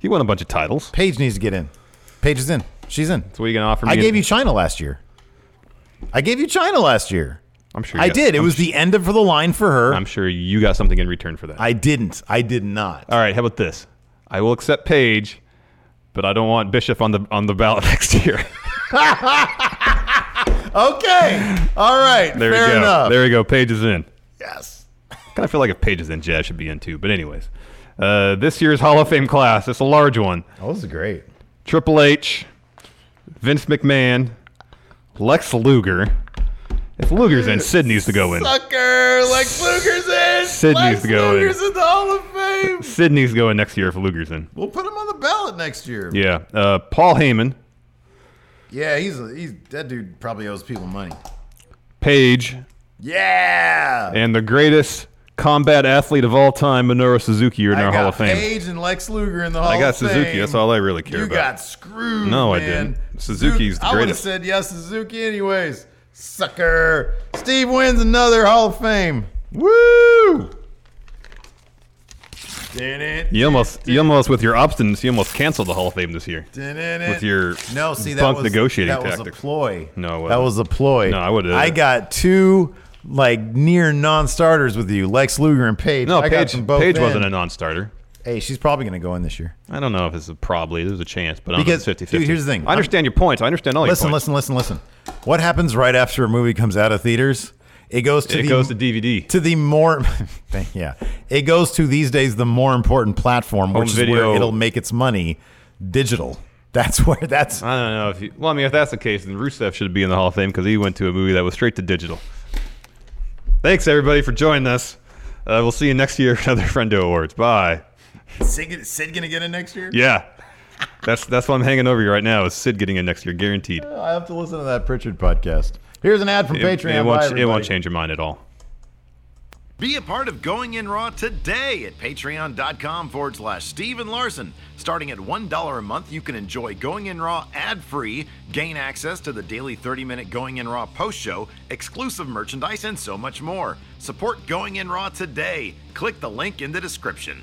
S2: He won a bunch of titles.
S1: Paige needs to get in. Paige is in. She's in.
S2: So what are you gonna offer me?
S1: I gave
S2: in-
S1: you China last year. I gave you China last year.
S2: I'm sure.
S1: I
S2: you got-
S1: did. It
S2: I'm
S1: was
S2: su-
S1: the end of the line for her.
S2: I'm sure you got something in return for that.
S1: I didn't. I did not.
S2: All right, how about this? I will accept Page, but I don't want Bishop on the on the ballot next year.
S1: Okay. All right.
S2: Oh. there
S1: Fair
S2: you go.
S1: enough.
S2: There you go. Page is in.
S1: yes.
S2: Kind of feel like if Page is in, Jazz should be in too. But anyways, uh, this year's Hall of Fame class. It's a large one.
S1: Oh, this is great.
S2: Triple H, Vince McMahon, Lex Luger. If Luger's in, Sid needs to go in.
S1: Sucker. Lex Luger's in.
S2: Sid
S1: Lex
S2: needs to go in.
S1: Luger's in the Hall of Fame.
S2: Sid needs to go in next year if Luger's in.
S1: We'll put him on the ballot next year.
S2: Yeah. Uh, Paul Heyman,
S1: Yeah, he's, he's that dude probably owes people money.
S2: Page,
S1: Yeah.
S2: and the greatest combat athlete of all time, Minoru Suzuki, are in
S1: I
S2: our
S1: got
S2: Hall of Fame.
S1: Page and Lex Luger in the Hall
S2: I got
S1: of Fame.
S2: Suzuki. That's all I really care
S1: you
S2: about.
S1: got screwed.
S2: No, I
S1: man.
S2: didn't. Suzuki's the
S1: I would have
S2: greatest.
S1: said yes, Suzuki, anyways. Sucker. Steve wins another Hall of Fame. Woo! Did it?
S2: You almost, you almost, with your obstinacy, you almost canceled the Hall of Fame this year. With your
S1: no, see that
S2: bunk
S1: was,
S2: negotiating
S1: that was
S2: tactics.
S1: a ploy.
S2: No, it
S1: that was a
S2: wasn't.
S1: ploy.
S2: No, I would've-
S1: I got two like near non-starters with you, Lex Luger and Paige.
S2: No,
S1: I got
S2: Paige,
S1: them both
S2: Paige
S1: in.
S2: wasn't a non-starter.
S1: Hey, she's probably going to go in this year.
S2: I don't know if it's a probably. There's a chance, but I
S1: Because,
S2: don't know if it's 50-50.
S1: dude, here's the thing.
S2: I understand your points. I understand all
S1: listen,
S2: your points.
S1: listen, listen, listen. What happens right after a movie comes out of theaters? It goes to
S2: It
S1: the,
S2: goes to DVD.
S1: to the more thank- yeah. It goes to these days the more important platform,
S2: Home
S1: which is
S2: video.
S1: where it'll make its money, digital. That's where that's
S2: I don't know if you. Well, I mean, if that's the case, then Rusev should be in the Hall of Fame because he went to a movie that was straight to digital. Thanks everybody for joining us. Uh, we'll see you next year for another Friendo Awards. Bye.
S1: Sid, Sid gonna get in next year.
S2: Yeah, that's that's what I'm hanging over you right now. Is Sid getting in next year, guaranteed?
S1: I have to listen to that Pritchard podcast. Here's an ad from
S2: It-
S1: Patreon. Bye,
S2: It won't, it won't
S1: everybody.
S2: change your mind at all.
S11: Be a part of Going In Raw today at patreon.com forward slash Steven Larson. Starting at $1 a month, you can enjoy Going In Raw ad free, gain access to the daily 30 minute Going In Raw post show, exclusive merchandise, and so much more. Support Going In Raw today. Click the link in the description.